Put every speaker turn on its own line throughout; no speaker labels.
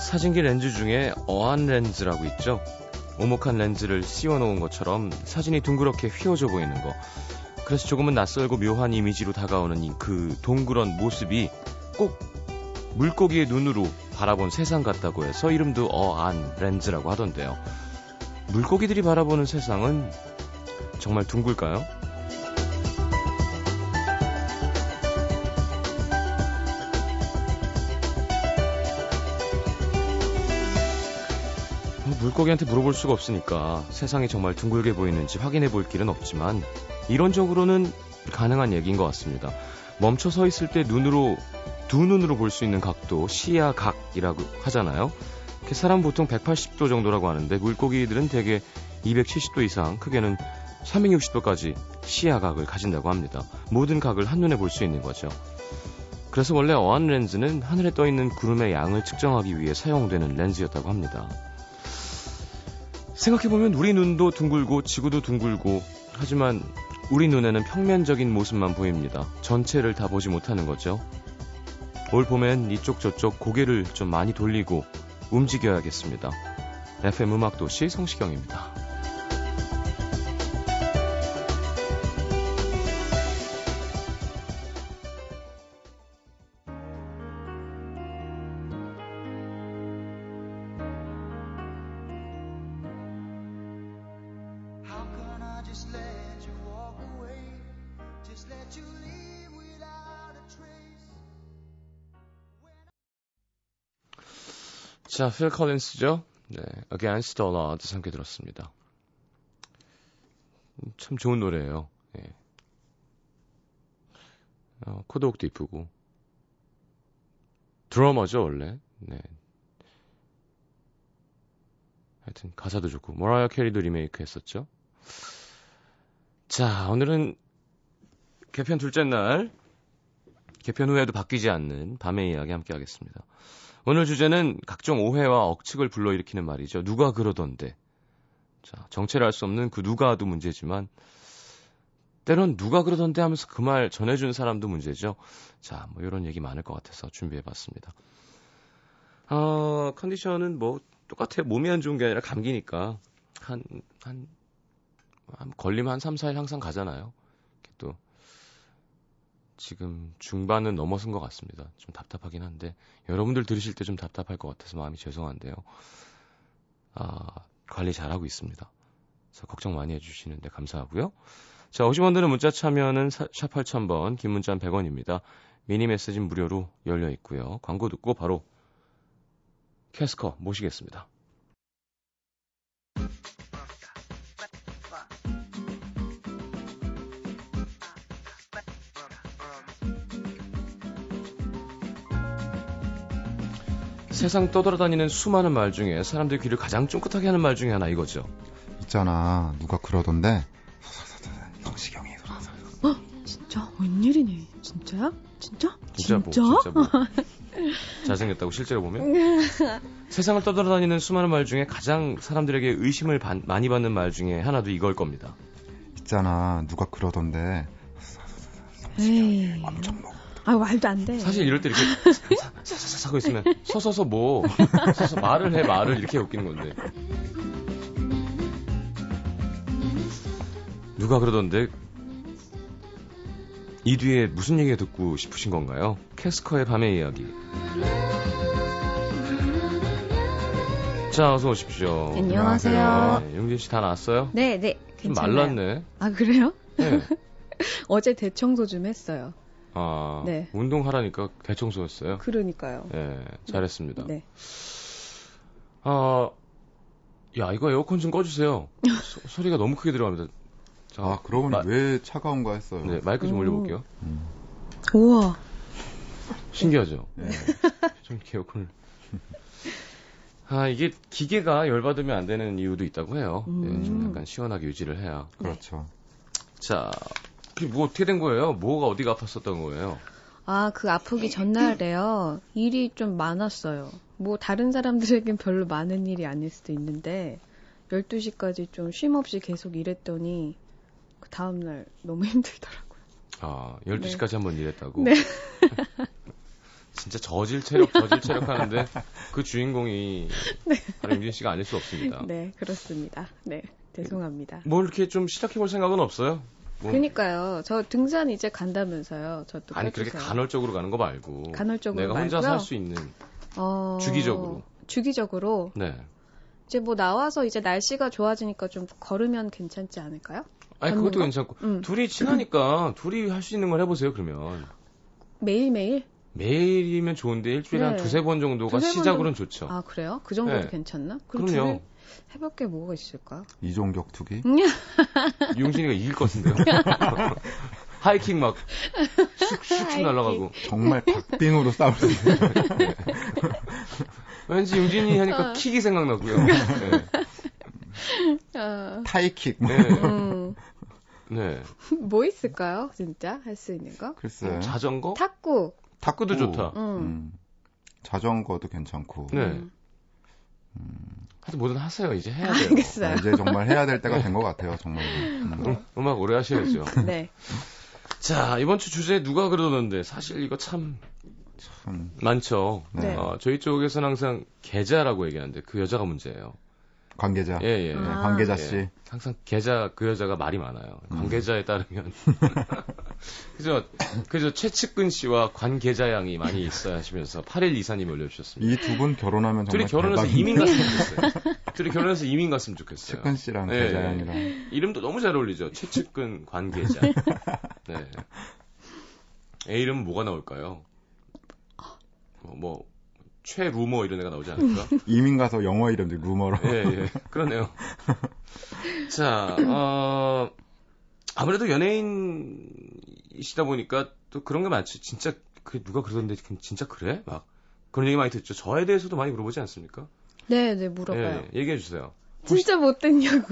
사진기 렌즈 중에 어안 렌즈라고 있죠? 오목한 렌즈를 씌워놓은 것처럼 사진이 둥그렇게 휘어져 보이는 거. 그래서 조금은 낯설고 묘한 이미지로 다가오는 이그 동그란 모습이 꼭 물고기의 눈으로 바라본 세상 같다고 해서 이름도 어안 렌즈라고 하던데요. 물고기들이 바라보는 세상은 정말 둥글까요? 뭐 물고기한테 물어볼 수가 없으니까 세상이 정말 둥글게 보이는지 확인해 볼 길은 없지만 이론적으로는 가능한 얘기인 것 같습니다. 멈춰 서 있을 때 눈으로 두 눈으로 볼 수 있는 각도 시야 각이라고 하잖아요. 이렇게 사람 보통 180도 정도라고 하는데 물고기들은 대개 270도 이상 크게는 360도까지 시야각을 가진다고 합니다. 모든 각을 한눈에 볼 수 있는 거죠. 그래서 원래 어안 렌즈는 하늘에 떠 있는 구름의 양을 측정하기 위해 사용되는 렌즈였다고 합니다. 생각해보면 우리 눈도 둥글고 지구도 둥글고 하지만 우리 눈에는 평면적인 모습만 보입니다. 전체를 다 보지 못하는 거죠. 올 봄엔 이쪽 저쪽 고개를 좀 많이 돌리고 움직여야겠습니다. FM 음악도시 성시경입니다.
How can I just let you walk away? Just let you leave without a trace.
자, 필 컬린스죠? 네, Against the Odds 함께 들었습니다. 음, 참 좋은 노래예요. 예. 어, 코드옥도 이쁘고 드러머죠 원래. 네. 하여튼 가사도 좋고 모라이어 캐리도 리메이크했었죠. 자, 오늘은 개편 둘째 날 개편 후에도 바뀌지 않는 밤의 이야기 함께 하겠습니다. 오늘 주제는 각종 오해와 억측을 불러일으키는 말이죠. 누가 그러던데. 자, 정체를 알 수 없는 그 누가도 문제지만, 때론 누가 그러던데 하면서 그 말 전해준 사람도 문제죠. 자, 뭐 이런 얘기 많을 것 같아서 준비해봤습니다. 어, 컨디션은 뭐 똑같아요. 몸이 안 좋은 게 아니라 감기니까. 한, 한, 한 걸리면 한 3, 4일 항상 가잖아요. 이렇게 또, 지금 중반은 넘어선 것 같습니다. 좀 답답하긴 한데. 여러분들 들으실 때 좀 답답할 것 같아서 마음이 죄송한데요. 아, 관리 잘하고 있습니다. 자, 걱정 많이 해주시는데 감사하고요. 자, 50원 드는 문자 참여는 사- 샵 8000번, 긴 문자는 100원입니다. 미니 메시지는 무료로 열려 있고요. 광고 듣고 바로 캐스커 모시겠습니다. 세상 떠돌아다니는 수많은 말 중에 사람들 귀를 가장 쫑긋하게 하는 말 중에 하나 이거죠.
있잖아 누가 그러던데 성시경이 돌아서
진짜 웬일이니? 진짜야? 진짜?
진짜 뭐, 진짜 뭐. 잘생겼다고 실제로 보면? 세상을 떠돌아다니는 수많은 말 중에 가장 사람들에게 의심을 받- 많이 받는 말 중에 하나도 이걸 겁니다.
있잖아 누가 그러던데
에이.
엄청 먹
아 말도 안 돼.
뭐. 사실 이럴 때 이렇게 사사사 하고 있으면 서서서 뭐 서서 말을 해 말을 이렇게 웃기는 건데 누가 그러던데 이 뒤에 무슨 얘기 듣고 싶으신 건가요? 캐스커의 밤의 이야기. 자 어서 오십시오.
안녕하세요.
네, 용진 씨 다 나왔어요?
네, 네.
좀
괜찮아요.
말랐네.
아 그래요?
네.
어제 대청소 좀 했어요.
아
네.
운동하라니까 대청소였어요.
그러니까요.
네, 잘했습니다.
네.
아, 야, 이거 에어컨 좀 꺼주세요. 소, 리가 너무 크게 들어갑니다. 자,
아 그러고 보니
마-
왜 차가운가 했어요
네, 마이크 좀
음.
올려볼게요.
음.
우와.
신기하죠?
네.
좀 이렇게 에어컨을. 아, 이게 기계가 열받으면 안 되는 이유도 있다고 해요. 네, 좀
음.
약간 시원하게 유지를 해야.
그렇죠
자, 그게 뭐 어떻게 된 거예요? 뭐가 어디가 아팠었던 거예요?
아 그 아프기 전날에요. 일이 좀 많았어요. 뭐 다른 사람들에겐 별로 많은 일이 아닐 수도 있는데 12시까지 좀 쉼 없이 계속 일했더니 그 다음 날 너무 힘들더라고요.
아, 12시까지 한번 일했다고?
네.
진짜 저질 체력 저질 체력 하는데 그 주인공이 바로 임진 씨가 아닐 수 없습니다.
네, 그렇습니다. 네, 죄송합니다.
뭐 이렇게 좀 시작해 볼 생각은 없어요? 뭐-
그러니까요. 저 등산 이제 간다면서요. 저도
아니 그렇게
빼주세요.
간헐적으로 가는 거 말고
그렇죠. 간헐적으로
내가 혼자
말고요?
살 수 있는
어,
주기적으로.
주기적으로
네.
이제 뭐 나와서 이제 날씨가 좋아지니까 좀 걸으면 괜찮지 않을까요?
아니
걷는
그것도
거?
괜찮고
음.
둘이 친하니까 둘이 할 수 있는 걸 해보세요 그러면
매일매일?
매일이면 좋은데 일주일에
네.
한 두세 번 정도가
두세 번
시작으로는 좋죠.
아, 그래요? 그 정도도
어. 네.
괜찮나? 그럼
그럼요.
둘이 해볼 게 뭐가 있을까?
이종격 투기?
용진이가 이길 것 같은데요. 하이킹 막 슉슉
하이킹.
날아가고
정말 박빙으로 싸울 수 있는
왠지 용진이 하니까
어.
킥이 생각나고요. 네.
아,
타이킥. 뭐.
네.
음,
네.
뭐 있을까요? 진짜 할 수 있는 거?
글쎄.
음, 자전거?
탁구.
탁구도 네. 좋다.
음.
음. 자전거도 괜찮고.
네.
음.
하여튼 뭐든 하세요. 이제 해야 돼요.
아,
알겠어요.
이제 정말 해야 될 때가 된 것 같아요, 정말. 음.
음, 음악 오래 하셔야죠.
네.
자, 이번 주 주제 누가 그러던데 사실 이거 참
참,
많죠.
네.
어, 저희 쪽에서는 항상 계좌라고 얘기하는데 그 여자가 문제예요.
관계자.
예, 예.
네,
아.
관계자
예.
씨.
항상 계좌 그 여자가 말이 많아요. 관계자에 따르면 그죠 그죠 최측근 씨와 관계자 양이 많이 있어야 하시면서 8일 이사님 올려주셨습니다.
이 두 분 결혼하면
둘이
정말
결혼해서
대박인데.
이민 갔으면 좋겠어요. 둘이 결혼해서 이민 갔으면 좋겠어요.
측근 씨랑
예,
계자연이랑
이름도 너무 잘 어울리죠. 최측근 관계자. 네. 애 이름 뭐가 나올까요? 뭐, 뭐 최루머 이런 애가 나오지 않을까?
이민 가서 영어 이름도 루머로.
예, 예. 그러네요. 자, 어, 아무래도 연예인이시다 보니까 또 그런 게 많지. 진짜, 그, 누가 그러던데, 그럼 진짜 그래? 막, 그런 얘기 많이 듣죠. 저에 대해서도 많이 물어보지 않습니까?
네, 네, 물어봐요.
예, 얘기해주세요.
진짜 못됐냐고.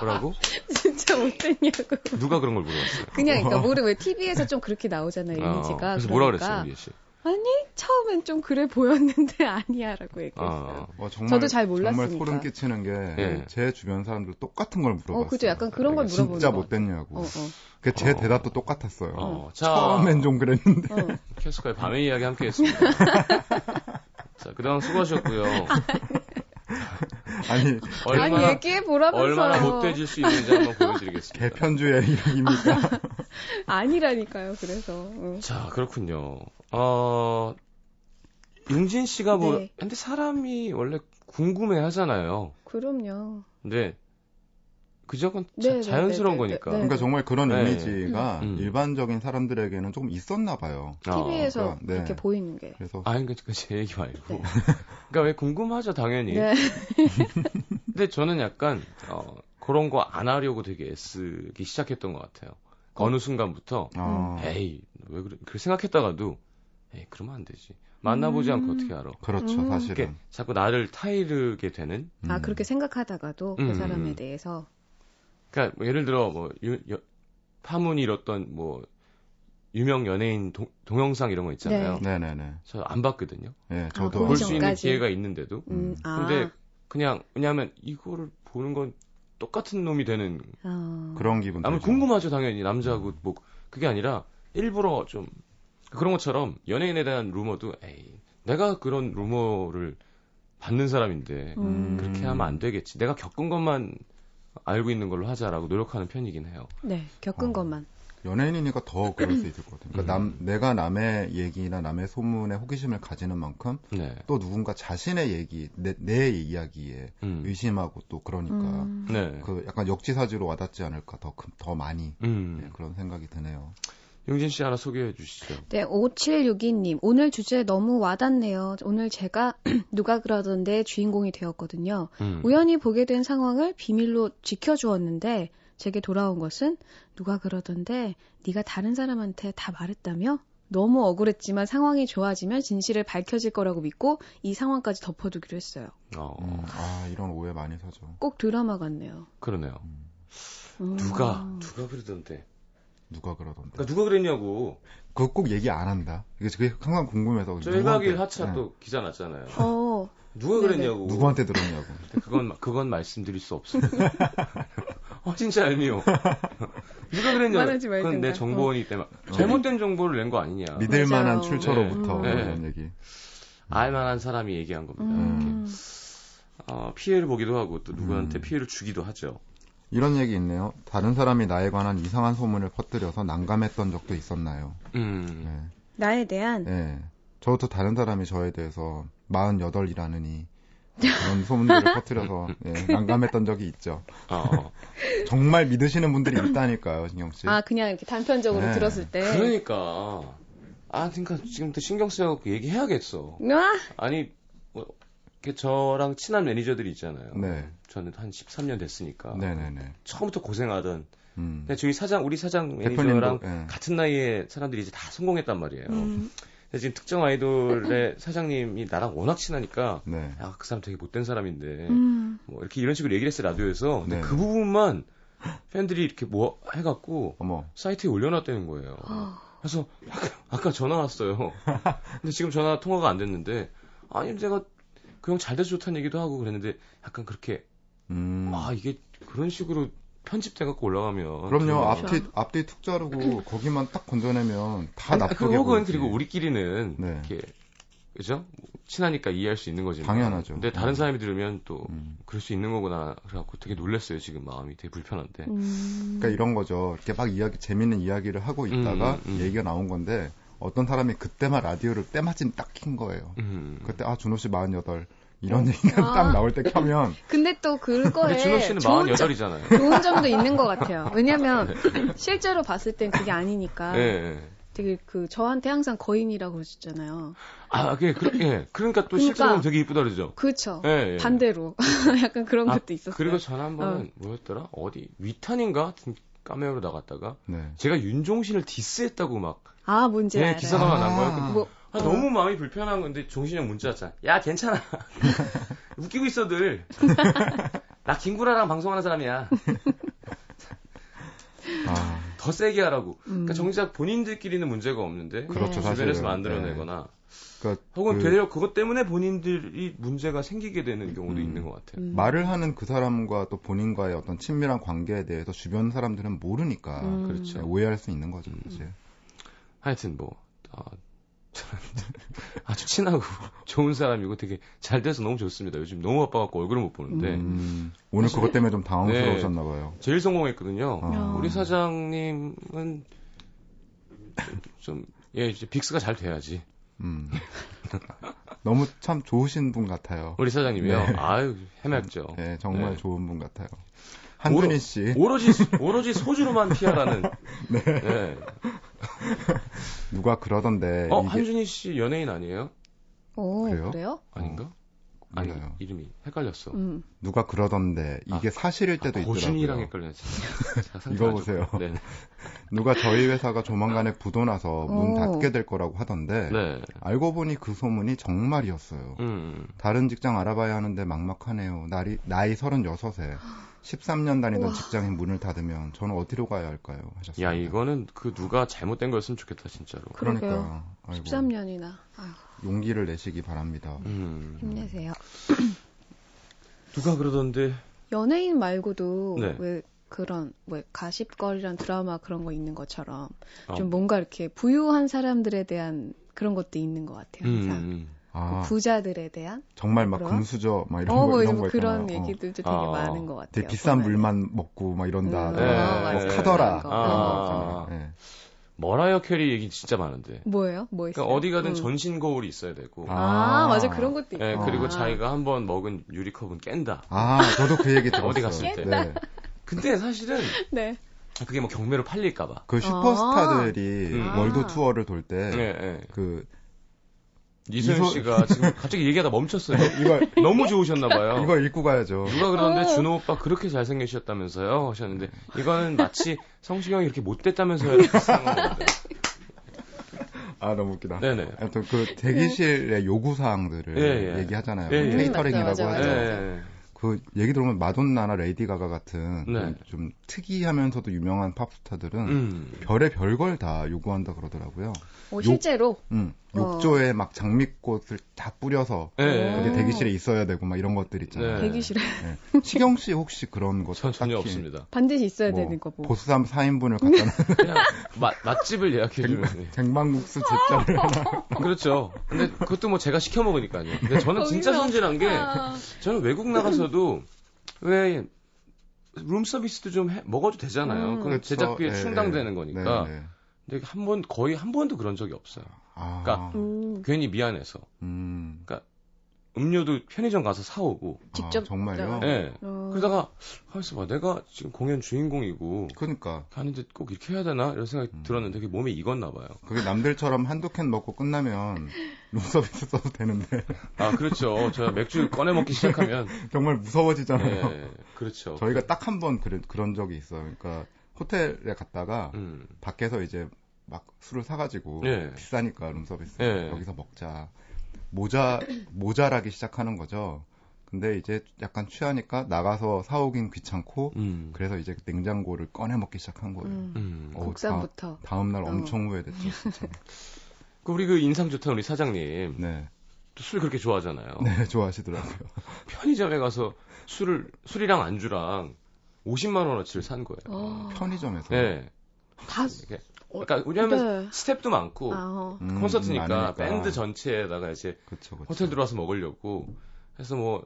뭐라고?
진짜 못됐냐고.
누가 그런 걸 물어봤어요?
그냥, 그러니까, 모르, 왜 TV에서 좀 그렇게 나오잖아요,
어, 그래서
이미지가. 그러니까
뭐라 그랬어요, 우리 씨?
아니, 처음엔 좀 그래 보였는데 아니야, 라고 얘기했어요.
어,
와, 뭐 정말,
저도 잘 몰랐으니까.
정말 소름 끼치는 게
예.
제 주변 사람들 똑같은 걸 물어봤어요.
어, 그죠. 약간 그런 걸 물어보는
진짜
것
못됐냐고.
어, 어,
그 제
어.
대답도 똑같았어요.
어, 자,
처음엔 좀 그랬는데.
어.
캐스카의 밤의 이야기 함께 했습니다. 자, 그동안 수고하셨고요.
아니,
아니,
얼마나,
얘기해보라면서요.
얼마나 못돼질 수 있는지 한번 보여드리겠습니다.
개편주의 이름입니까?
아니라니까요, 그래서. 어. 응.
자, 그렇군요. 어, 용진 씨가 뭐,
네.
근데 사람이 원래 궁금해 하잖아요.
그럼요.
근데, 그저 건
네, 네,
자, 연스러운
네, 네,
거니까.
네, 네.
그러니까 정말 그런
네.
이미지가
음.
일반적인 사람들에게는 조금 있었나 봐요.
어,
TV에서
그러니까, 네.
이렇게 보이는 게.
그래서
아니, 그, 그, 제 얘기 말고.
네.
그러니까 왜 궁금하죠, 당연히.
네.
근데 저는 약간, 어, 그런 거 안 하려고 되게 애쓰기 시작했던 것 같아요. 어. 느 순간부터,
어.
아,
음.
에이, 왜 그래, 그렇게 생각했다가도, 에이, 그러면 안 되지. 만나보지 않고 어떻게 알아.
그렇죠,
음.
이렇게
사실은.
자꾸 나를 타이르게 되는
아,
음.
그렇게 생각하다가도
음,
그 사람에
음.
대해서.
그러니까 뭐 예를 들어 뭐 유- 여- 파문이 일었던 뭐 유명 연예인 동, 영상 이런 거 있잖아요.
네네네.
저 안 봤거든요.
예,
아,
저도.
볼 수 있는
동영상까지?
기회가 있는데도.
음,
음.
아.
근데 그냥 왜냐하면 이거를 보는 건 똑같은 놈이 되는.
어.
그런 기분
아무
들죠.
궁금하죠 당연히 남자하고 뭐 그게 아니라 일부러 좀 그런 것처럼 연예인에 대한 루머도 에이 내가 그런 루머를 받는 사람인데
음.
그렇게 하면 안 되겠지. 내가 겪은 것만 알고 있는 걸로 하자라고 노력하는 편이긴 해요.
네, 겪은
어.
것만.
연예인이니까 더 그럴 수 있을 것 같아요. 그러니까
음.
남, 내가 남의 얘기나 남의 소문에 호기심을 가지는 만큼
네.
또 누군가 자신의 얘기, 내, 내 이야기에
음.
의심하고 또 그러니까
음.
네.
그 약간 역지사지로 와닿지 않을까 더, 큰- 더 많이 예,
음.
그런 생각이 드네요.
용진 씨 하나 소개해 주시죠.
네, 5762님. 오늘 주제 너무 와닿네요. 오늘 제가 누가 그러던데 주인공이 되었거든요.
음.
우연히 보게 된 상황을 비밀로 지켜주었는데 제게 돌아온 것은 누가 그러던데 네가 다른 사람한테 다 말했다며? 너무 억울했지만 상황이 좋아지면 진실을 밝혀질 거라고 믿고 이 상황까지 덮어두기로 했어요.
어,
음, 아 이런 오해 많이 사죠.
꼭 드라마 같네요.
그러네요.
음.
누가 누가 그러던데.
누가 그러던데.
그러니까 누가 그랬냐고.
그거 꼭 얘기 안 한다. 이게 그게 항상 궁금해서.
저 일박일
누구한테-
하차
예,
또 기사 났잖아요.
어,
누가
네네.
그랬냐고.
누구한테 들었냐고.
근데 그건 그건 말씀드릴 수 없습니다. 아, 진짜 얄미워. 누가 그랬냐?
말하지 말든가. 어.
그건 내 정보원이 때문에
어.
잘못된 정보를 낸 거 아니냐?
믿을
맞아요.
만한 출처로부터
네.
이런 얘기.
알만한 사람이 얘기한 겁니다. 이렇게.
음.
어, 피해를 보기도 하고 또 누구한테
음.
피해를 주기도 하죠.
이런 얘기 있네요. 다른 사람이 나에 관한 이상한 소문을 퍼뜨려서 난감했던 적도 있었나요?
음.
네.
나에 대한
네. 저부터 다른 사람이 저에 대해서 48이라느니 그런 소문들을 퍼뜨려서 예, 난감했던 적이 있죠.
어.
정말 믿으시는 분들이 있다니까요, 진경 씨.
아 그냥 이렇게 단편적으로
네.
들었을 때
그러니까. 아, 그러니까 지금 또 신경 쓰여갖고 얘기해야겠어.
아,
아니, 뭐, 이렇게 저랑 친한 매니저들이 있잖아요.
네.
저는 한 13년 됐으니까.
네네네.
처음부터 고생하던.
음.
근데 저희 사장, 우리 사장 매니저랑
대표님도 예.
같은 나이에 사람들이 이제 다 성공했단 말이에요.
음.
근데 지금 특정 아이돌의 사장님이 나랑 워낙 친하니까,
네.
야, 그 사람 되게 못된 사람인데,
음.
뭐, 이렇게 이런 식으로 얘기를 했어요, 라디오에서. 근데
네.
그 부분만 팬들이 이렇게 뭐, 해갖고,
어머.
사이트에 올려놨다는 거예요.
네.
어.
그래서 아까- 아까 전화 왔어요. 근데 지금 전화 통화가 안 됐는데 아니 제가 그 형 잘 돼서 좋다는 얘기도 하고 그랬는데 약간 그렇게
음.
아 이게 그런 식으로 편집돼 갖고 올라가면
그럼요. 아,
정말-
앞뒤 앞뒤 툭 자르고 거기만 딱 건져내면 다
아니, 그
나쁘게
혹은
보이지.
그리고 우리끼리는
네.
이렇게 그죠 친하니까 이해할 수 있는 거지만
당연하죠. 네.
근데 다른 사람이 들으면 또
음.
그럴 수 있는 거구나 그래갖고 되게 놀랐어요 지금 마음이 되게 불편한데
음.
그러니까 이런 거죠. 이렇게 막 이야기 재밌는 이야기를 하고 있다가
음, 음.
얘기가 나온 건데 어떤 사람이 그때만 라디오를 때마침 딱 킨 거예요.
음.
그때 아 준호 씨 48.
어.
이런 얘기가
아.
딱 나올 때 켜면
근데 또
근데
그거에
준호 씨는
좋은, 점,
48이잖아요
좋은 점도 있는 것 같아요. 왜냐면
네.
실제로 봤을 땐 그게 아니니까
예,
되게 그 저한테 항상 거인이라고 그러셨잖아요.
아, 그, 그, 예. 그러니까 또
그러니까-
실제로는 되게 이쁘다 그러죠.
그렇죠.
예, 예.
반대로 약간 그런
아,
것도 있었어요.
그리고 전화 한 번은 뭐였더라? 어디 위탄인가 같은 까메오로 나갔다가
네.
제가 윤종신을 디스했다고 막
아 뭔지
예,
알아요.
기사가 막 난 거예요.
뭐
아, 너무 마음이 불편한 건데 종신형 문자 왔잖아. 야 괜찮아. 웃기고 있어들. 나 김구라랑 방송하는 사람이야.
음. 아,
더 세게 하라고.
음.
그러니까 정작 본인들끼리는 문제가 없는데
그렇죠,
주변에서
사실은.
만들어내거나
그러니까
혹은
그
되려 그것 때문에 본인들이 문제가 생기게 되는 경우도
음.
있는 것 같아요.
음.
말을 하는 그 사람과 또 본인과의 어떤 친밀한 관계에 대해서 주변 사람들은 모르니까
음.
그렇죠.
네, 오해할 수 있는 거죠, 이제.
하여튼 뭐 아, 저는 아주 친하고 좋은 사람이고 되게 잘 돼서 너무 좋습니다. 요즘 너무 바빠갖고 얼굴을 못 보는데
음, 오늘 그것 때문에 좀 당황스러우셨나 봐요.
제일 성공했거든요.
아.
네. 어. 우리 사장님은 좀 예 이제 빅스가 잘 돼야지
음. 너무 참 좋으신 분 같아요.
우리 사장님이요.
네.
아유 해맑죠.
네, 정말
네.
좋은 분 같아요. 한준희 씨.
오로지 오로지 소주로만 피하라는. 네.
누가 그러던데.
어
네, 이게-
한준희 씨 연예인 아니에요?
오,
그래요?
어, 그래요?
아닌가? 아니
어, 몰라요.
이름이 헷갈렸어.
음.
누가 그러던데. 이게 사실일 때도
아,
있더라고요.
고준이랑 헷갈렸어.
이거 보세요.
네.
누가 저희 회사가 조만간에 부도나서 문
오.
닫게 될 거라고 하던데.
네.
알고 보니 그 소문이 정말이었어요.
음.
다른 직장 알아봐야 하는데 막막하네요. 나이, 나이 36에 13년 다니던
우와.
직장인 문을 닫으면 저는 어디로 가야 할까요? 하셨습니다.
야, 이거는 그 누가 잘못된 거였으면 좋겠다, 진짜로.
그러게요.
그러니까요. 아이고,
13년이나
용기를 내시기 바랍니다.
음.
힘내세요.
누가 그러던데.
연예인 말고도
네.
왜 그런 왜 가십거리란 드라마 그런 거 있는 것처럼
어.
좀 뭔가 이렇게 부유한 사람들에 대한 그런 것도 있는 것 같아요.
음.
항상 그
음.
아,
부자들에 대한
정말 막
뭐라?
금수저 막 이런
어,
거
뭐
이런
이런
거
그런
있잖아요. 어,
얘기들도 되게
아,
많은 것 같아요.
되게 비싼
보면은.
물만 먹고 막 이런다.
음,
뭐
아,
뭐
맞아요.
카더라.
그런 거.
이런 거
아.
있잖아요. 예.
머라이어 캐리 얘기 진짜 많은데.
뭐예요? 뭐 있어요?
그러니까 어디 가든
음.
전신 거울이 있어야 되고.
아.
아, 맞아 그런 것도 있고.
예, 그리고
아.
자기가 한 번 먹은 유리컵은 깬다.
아, 저도 그 얘기 들었어요.
어디 갔을 때?
네.
근데 사실은
네.
그게 뭐 경매로 팔릴까봐.
어.
그 슈퍼스타들이
아.
월드 투어를 돌 때
예,
그
예. 이소연
이소-
씨가 지금 갑자기 얘기하다 멈췄어요.
이걸
너무 좋으셨나봐요.
이걸 읽고 가야죠.
누가 그러는데
어.
준호 오빠 그렇게 잘생기셨다면서요 하셨는데 이거는 마치 성시경이 이렇게 못됐다면서요 비슷한 건데
아 너무 웃기다.
네네
아무튼 그 대기실의 요구 사항들을
예, 예.
얘기하잖아요.
예, 예.
케이터링이라고
네. 맞아, 맞아,
하죠.
맞아.
예.
그 얘기 들으면 마돈나나 레이디 가가 같은
네.
좀 특이하면서도 유명한 팝스타들은
음.
별의 별걸 다 요구한다 그러더라고요.
어, 실제로
음, 욕조에 막 장미꽃을 다 뿌려서
예, 예.
음. 그게 대기실에 있어야 되고 막 이런 것들 있잖아요.
네.
대기실에
예. 시경 씨 혹시 그런 거
전 전혀
딱히
없습니다.
반드시 있어야
뭐
되는 거고.
보쌈 4인분을 갖다 놓은
그냥 맛, 맛집을 예약해 주면
쟁반국수 제자를
그렇죠. 근데 그것도 뭐 제가 시켜 먹으니까요. 근데 저는 진짜 손질한 게
아.
저는 외국 나가서도 왜 룸서비스도 좀 해- 먹어도 되잖아요.
음.
그럼 제작비에 충당되는 거니까.
그렇죠. 네, 네.
근데 한 번 거의 한 번도 그런 적이 없어요.
아,
그러니까-
음,
괜히 미안해서
음,
음료도 편의점 가서 사오고.
직접
아, 정말요?
예.
네. 어,
그러다가 하면서 봐 내가 지금 공연 주인공이고
그러니까
하는데 꼭 이렇게 해야 되나 이런 생각이
음.
들었는데 그게 몸에 익었나 봐요.
그게 남들처럼 한두 캔 먹고 끝나면 룸서비스 써도 되는데
아 그렇죠. 제가 맥주 꺼내 먹기 시작하면
정말 무서워지잖아요.
예, 그렇죠.
저희가 딱 한 번 그런 그런 적이 있어요. 그러니까 호텔에 갔다가
음.
밖에서 이제 막 술을 사가지고
예.
비싸니까 룸서비스
예.
여기서 먹자 모자 모자라기 시작하는 거죠. 근데 이제 약간 취하니까 나가서 사오긴 귀찮고
음.
그래서 이제 냉장고를 꺼내 먹기 시작한 거예요.
음,
음.
어,
국산부터.
다음 날
어.
엄청 후회됐죠. 진짜.
그 우리 그 인상 좋던 우리 사장님
네,
또술 그렇게 좋아하잖아요.
네 좋아하시더라고요.
편의점에 가서 술을 술이랑 안주랑 50만 원어치를 산 거예요.
어,
편의점에서
네.
다
이렇게.
어,
그러니까 왜냐하면
네.
스텝도 많고
아, 어.
음,
콘서트니까 그렇죠.
많으니까.
밴드 전체에다가 이제
그쵸, 그쵸.
호텔 들어와서 먹으려고 해서 뭐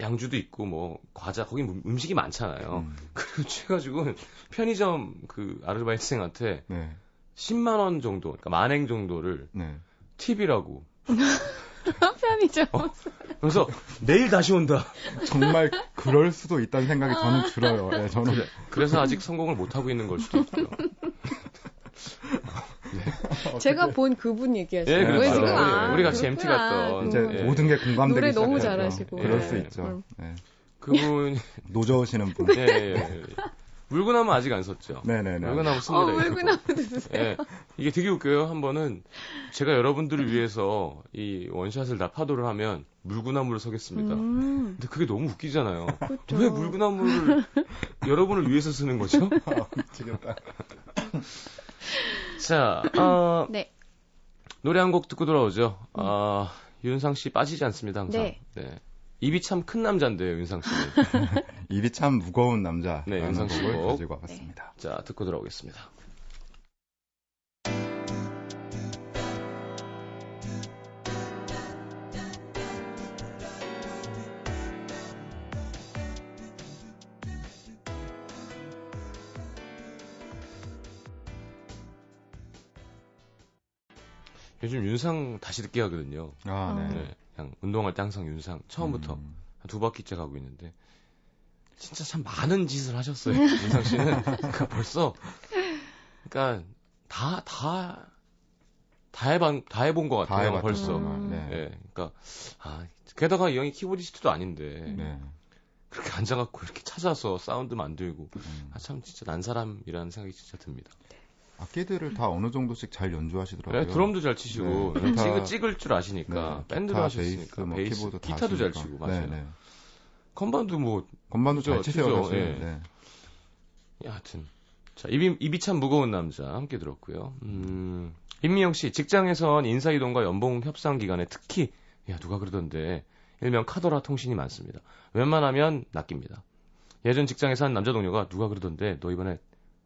양주도 있고 뭐 과자 거기 음- 음식이 많잖아요.
음,
그래서 취해가지고 편의점 그 아르바이트생한테
네,
10만 원 정도, 그러니까 만행 정도를
네.
팁이라고.
편이죠.
어,
그래서 내일 다시 온다.
정말 그럴 수도 있다는 생각이 저는 들어요. 네, 저는
그래서 아직 성공을 못 하고 있는 걸 수도 있고요.
제가 본 그분 얘기하시는
예,
거예요.
그렇죠.
지금 아,
우리 같이 MT
그렇구나.
갔던.
이제
예.
모든 게 공감되기
노래 너무
시작하죠.
잘하시고.
그럴
예.
수 있죠.
음.
네.
그분,
노저우시는 분.
예, 예, 예. 물구나무 아직 안 썼죠.
네네네.
물구나무
어,
씁니다. 이렇게.
물구나무도 드세요.
예. 이게 되게 웃겨요. 한 번은 제가 여러분들을 위해서 이 원샷을 다 파도를 하면 물구나무를 서겠습니다.
음,
근데 그게 너무 웃기잖아요.
그렇죠.
왜 물구나무를 여러분을 위해서 쓰는 거죠?
지겹다.
자, 어,
네.
노래 한 곡 듣고 돌아오죠. 아, 윤상 씨 빠지지 않습니다, 항상.
네.
입이 참 큰 남자인데요, 윤상 씨는.
입이 참 무거운 남자.
네,
라는
윤상 씨
곡을
곡.
가지고 와봤습니다.
자, 듣고 돌아오겠습니다. 요즘 윤상 다시 듣게 하거든요.
아, 네.
네. 그냥 운동할 때 항상 윤상 처음부터
음,
한두 바퀴째 가고 있는데 진짜 참 많은 짓을 하셨어요 윤상 씨는 그러니까 벌써 그러니까 다 다 다 해본 다 해본 것
다
같아요
해봤죠.
벌써
정말.
예
네.
그러니까 아 게다가 이 형이 키보디스트도 아닌데
네.
그렇게 앉아갖고 이렇게 찾아서 사운드 만들고
음.
아 참 진짜 난 사람이라는 생각이 진짜 듭니다
악기들을 다 어느 정도씩 잘 연주하시더라고요.
네, 드럼도 잘 치시고 그
네,
찍
기타-
찍을 줄 아시니까
네,
밴드도
기타,
하셨으니까
베이스, 뭐
베이스,
키보드 다
기타도 잘
하시니까.
치고 맞아요
네, 네.
건반도 뭐
건반도 잘
그죠,
치세요.
그죠,
사실.
예.
네.
야, 예, 하여튼. 자, 입이, 입이 참 무거운 남자 함께 들었고요. 음, 임미영 씨, 직장에선 인사이동과 연봉 협상 기간에 특히, 야, 누가 그러던데, 일명 카더라 통신이 많습니다. 웬만하면 낚입니다. 예전 직장에서 한 남자 동료가 누가 그러던데, 너 이번에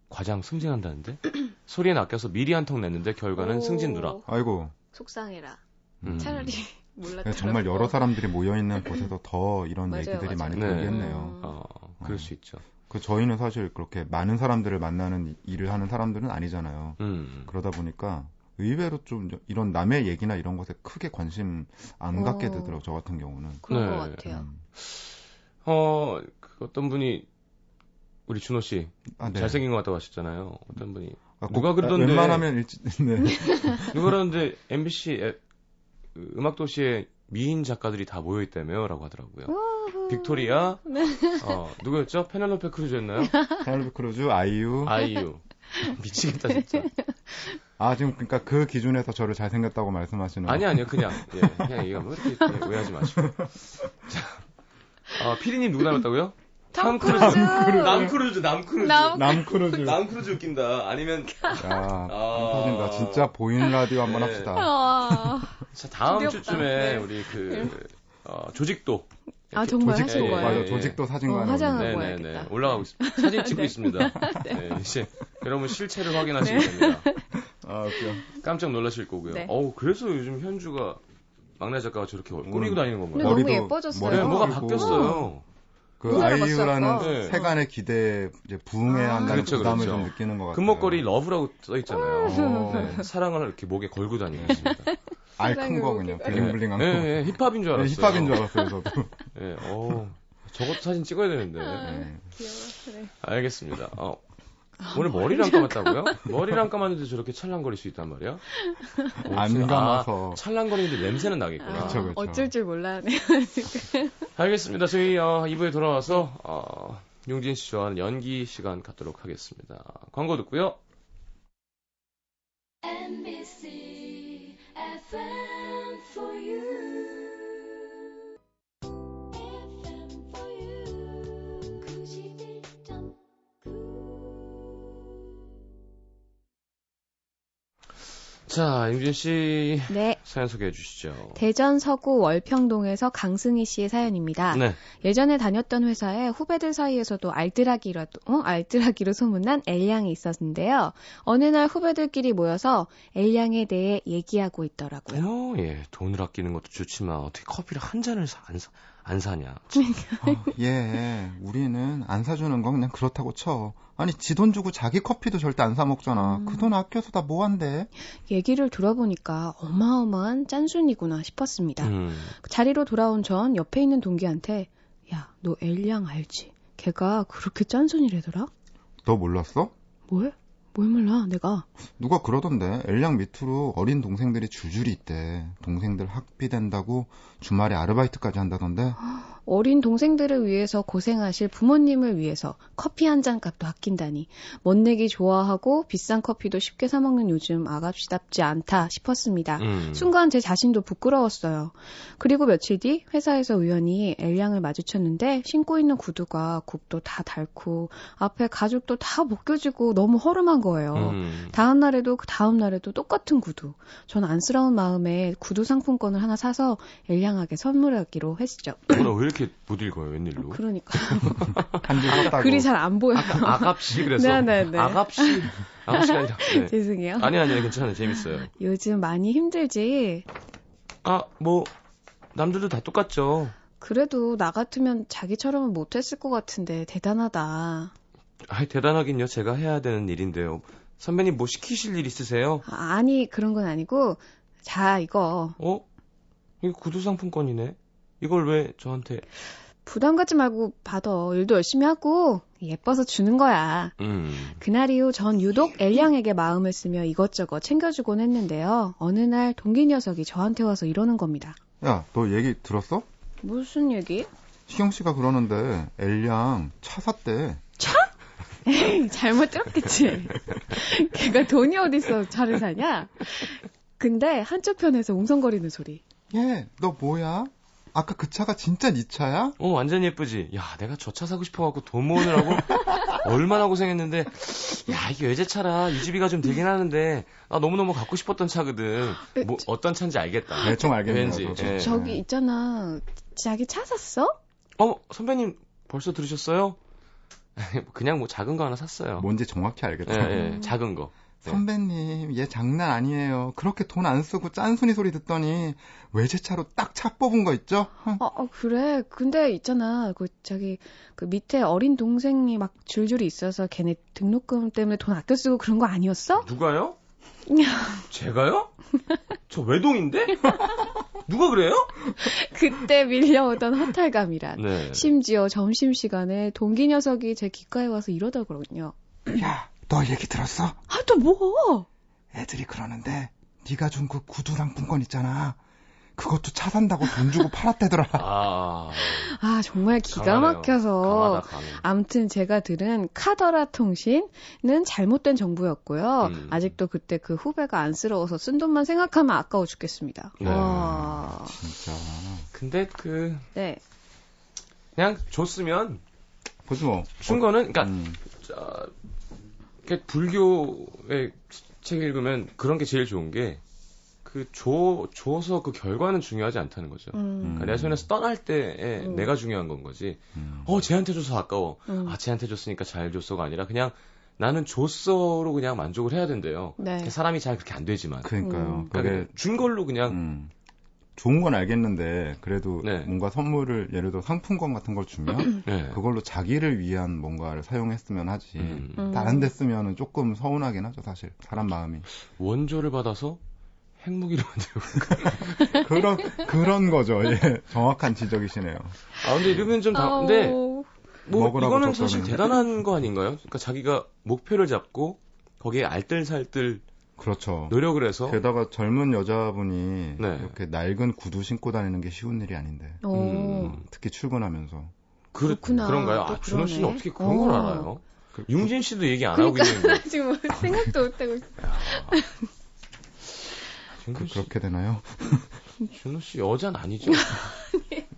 과장 승진한다는데? 소리에 낚여서 미리 한 통 냈는데 결과는
오,
승진 누락.
아이고.
속상해라.
음.
차라리 뭐. 몰랐다.
네, 정말 여러 사람들이 모여있는 곳에서 더 이런 얘기들이 많이
맞아요. 네.
들겠네요.
어, 그럴 수 있죠.
그 저희는 사실 그렇게 많은 사람들을 만나는 일을 하는 사람들은 아니잖아요.
음.
그러다 보니까 의외로 좀 이런 남의 얘기나 이런 것에 크게 관심 안 갖게
어.
되더라고요. 저 같은 경우는.
그런
네.
것 같아요.
음.
어, 그 어떤 분이, 우리 준호 씨,
아, 네.
잘생긴 것 같다고 하셨잖아요. 어떤 분이,
아,
누가
꼭-
그러던데.
아, 웬만하면 일찍 네.
누가 그러는데 MBC 에, 그 음악도시에 미인 작가들이 다 모여있다며라고 하더라고요. 빅토리아,
네.
어, 누구였죠? 페넬로페 크루즈였나요?
페넬로페 크루즈, 아이유. 아,
아이유. 미치겠다 진짜.
지금 그러니까 그 기준에서 저를 잘생겼다고 말씀하시는.
아니 아니요 그냥 예, 그냥 얘기하면 이렇게, 예, 오해하지 마시고. 자, 어, 피디님 누구 닮았다고요? 탐
크루즈.
남크루즈, 남크루즈.
음,
남-
남크루즈.
남크루즈 웃긴다. 아니면
야,
아.
터진다. 진짜 보이는 라디오 한번
네.
합시다.
아,
자, 다음
두렵다.
주쯤에
네.
우리 그 어, 조직도
아
이렇게
정말
조직-
하신
예,
거예요?
예.
맞아, 조직도 사진관에
어,
올리는
화장하고
거.
와요.
네네네
해야겠다.
올라가고 있습니다. 사진 찍고 있습니다. 네, 이제 여러분 실체를 확인하시면 됩니다.
아, 웃겨.
깜짝 놀라실 거고요.
네.
어우 그래서 요즘 현주가 막내 작가가 저렇게 꾸미고 다니는 건가요?
근데 너무
어, 머리도-
예뻐졌어요.
네,
머리도
뭐가
길고.
바뀌었어요.
그
모자를
아이유라는
봤어요.
네.
세간의 기대에 이제 부응해야
아.
한다는
그렇죠,
부담을
그렇죠.
좀 느끼는 것 같아요.
금목걸이 러브라고 써 있잖아요.
음.
네, 사랑을 이렇게 목에 걸고 다니고 있습니다.
알큰 거 그냥
세상에
블링블링한 거.
네, 네, 힙합인 줄
네,
알았어요.
힙합인 줄 알았어요, 저도.
네, 어우, 저것도 사진 찍어야 되는데.
네.
귀여워. 그래.
알겠습니다. 어,
아,
오늘 머리랑 감았다고요? 머리랑 감았는데 저렇게 찰랑거릴 수 있단 말이야? 어,
안
진짜-
감아서.
아, 찰랑거리는데 냄새는 나겠구나.
아,
그쵸, 그쵸.
어쩔 줄 네. 몰라.
알겠습니다. 저희 어, 2부에 돌아와서 어, 용진 씨 좋아하는 연기 시간 갖도록 하겠습니다. 광고 듣고요.
NBC FM for you. FM for you. 91.9.
자, 용진 씨
네.
사연 소개해 주시죠.
대전 서구 월평동에서 강승희 씨의 사연입니다.
네.
예전에 다녔던 회사에 후배들 사이에서도 알뜰하기로, 어? 알뜰하기로 소문난 엘량이 있었는데요. 어느 날 후배들끼리 모여서 엘량에 대해 얘기하고 있더라고요.
어, 예. 돈을 아끼는 것도 좋지만 어떻게 커피를 한 잔을 사, 안, 사, 안 사냐.
아, 예, 우리는 안 사주는 건 그냥 그렇다고 쳐. 아니, 지 돈 주고 자기 커피도 절대 안 사 먹잖아. 그 돈 아껴서 다 뭐한대?
얘기를 들어보니까 어마어마한 짠순이구나 싶었습니다.
음.
자리로 돌아온 전 옆에 있는 동기한테 야, 너 엘량 알지? 걔가 그렇게 짠순이래더라?
너 몰랐어?
뭘? 뭘 몰라, 내가.
누가 그러던데 엘량 밑으로 어린 동생들이 줄줄이 있대. 동생들 학비 된다고 주말에 아르바이트까지 한다던데.
어린 동생들을 위해서 고생하실 부모님을 위해서 커피 한 잔 값도 아낀다니 멋내기 좋아하고 비싼 커피도 쉽게 사 먹는 요즘 아깝시답지 않다 싶었습니다.
음.
순간 제 자신도 부끄러웠어요. 그리고 며칠 뒤 회사에서 우연히 엘량을 마주쳤는데 신고 있는 구두가 굽도 다 닳고 앞에 가죽도 다 벗겨지고 너무 허름한 거예요.
음.
다음 날에도 그 다음 날에도 똑같은 구두. 전 안쓰러운 마음에 구두 상품권을 하나 사서 엘량에게 선물하기로 했죠.
뭐라 왜 이렇게 못 읽어요, 웬일로?
그러니까
한줄 썼다고.
글이 잘 안 보여요.
아깝시 그래서
네네네.
아깝시 아깝시가 아니라 네.
죄송해요.
아니 아니 괜찮아요 재밌어요
요즘 많이 힘들지.
아 뭐 남들도 다 똑같죠
그래도 나 같으면 자기처럼은 못했을 것 같은데 대단하다.
아 대단하긴요 제가 해야 되는 일인데요 선배님 뭐 시키실 일 있으세요
아, 아니 그런 건 아니고 자 이거
어 이거 구두 상품권이네 이걸 왜 저한테
부담 갖지 말고 받아. 일도 열심히 하고 예뻐서 주는 거야.
음
그날 이후 전 유독 엘량에게 마음을 쓰며 이것저것 챙겨주곤 했는데요. 어느 날 동기 녀석이 저한테 와서 이러는 겁니다.
야, 너 얘기 들었어?
무슨 얘기?
시경 씨가 그러는데 엘량 차 샀대.
에이, 잘못 들었겠지. 걔가 돈이 어디서 차를 사냐? 근데 한쪽 편에서 웅성거리는 소리.
예, 너 뭐야? 아까 그 차가 진짜 네 차야?
어, 완전 예쁘지? 야, 내가 저 차 사고 싶어갖고 돈 모으느라고 얼마나 고생했는데, 야, 이게 외제차라 유지비가 좀 들긴 하는데, 나 너무너무 갖고 싶었던 차거든. 뭐, 어떤 차인지 알겠다.
네, 좀 알겠네요.
왠지,
저도.
예.
저기 있잖아. 자기 차 샀어?
어, 선배님, 벌써 들으셨어요? 그냥 뭐 작은 거 하나 샀어요.
뭔지 정확히 알겠다.
예, 예, 작은 거. 네.
선배님, 얘 장난 아니에요. 그렇게 돈 안 쓰고 짠순이 소리 듣더니 외제차로 딱 차 뽑은 거 있죠? 흥.
어, 어, 그래. 근데 있잖아. 그 자기 그 밑에 어린 동생이 막 줄줄이 있어서 걔네 등록금 때문에 돈 아껴 쓰고 그런 거 아니었어?
누가요? 제가요? 저 외동인데? 누가 그래요?
그때 밀려오던 허탈감이란.
네.
심지어 점심시간에 동기 녀석이 제 귓가에 와서 이러더군요.
야, 너 얘기 들었어?
아, 또 뭐?
애들이 그러는데 네가 준 그 구두 상품권 있잖아. 그것도 차 산다고 돈 주고 팔았대더라.
아,
아, 정말 기가
강하네요.
막혀서. 아.
강하다, 강해.
암튼 제가 들은 카더라 통신은 잘못된 정보였고요.
음.
아직도 그때 그 후배가 안쓰러워서 쓴 돈만 생각하면 아까워 죽겠습니다.
네.
와.
진짜.
근데 그,
네.
그냥 줬으면
그죠? 뭐.
충고는 그러니까
음.
자, 이렇게 불교의 책 읽으면 그런 게 제일 좋은 게 그 줘 줘서 그 결과는 중요하지 않다는 거죠.
음.
그러니까 내 손에서 떠날 때에
음.
내가 중요한 건 거지.
음.
어, 쟤한테 줘서 아까워.
음.
아, 쟤한테 줬으니까 잘 줬어가 아니라 그냥 나는 줬어로 그냥 만족을 해야 된대요.
네.
사람이 잘 그렇게 안 되지만.
그러니까요.
음.
그러니까
그게
그냥 준 걸로 그냥
음, 좋은 건 알겠는데 그래도
네.
뭔가 선물을 예를 들어 상품권 같은 걸 주면
네.
그걸로 자기를 위한 뭔가를 사용했으면 하지.
음.
음.
다른 데 쓰면은 조금 서운하긴 하죠, 사실. 사람 마음이.
원조를 받아서 핵무기로 만들고.
그런, 그런 거죠. 예. 정확한 지적이시네요.
아, 근데 이러면 좀 다,
아우.
근데 뭐
먹으라고
이거는 사실
줬다는
대단한 거 아닌가요? 그러니까 자기가 목표를 잡고 거기에 알뜰살뜰
그렇죠.
노력을 해서
게다가 젊은 여자분이
네.
이렇게 낡은 구두 신고 다니는 게 쉬운 일이 아닌데.
오.
음.
특히 출근하면서.
그,
어. 그렇구나.
런가요
또
아, 준호 씨는
그러네.
어떻게 그런 걸
어.
알아요?
그-
융진 씨도 얘기 안 하고
그러니까
있는데.
지금 뭐 생각도 못하고 있어.
준호
그,
씨,
그렇게 되나요?
준호 씨 여자는 아니죠?
네.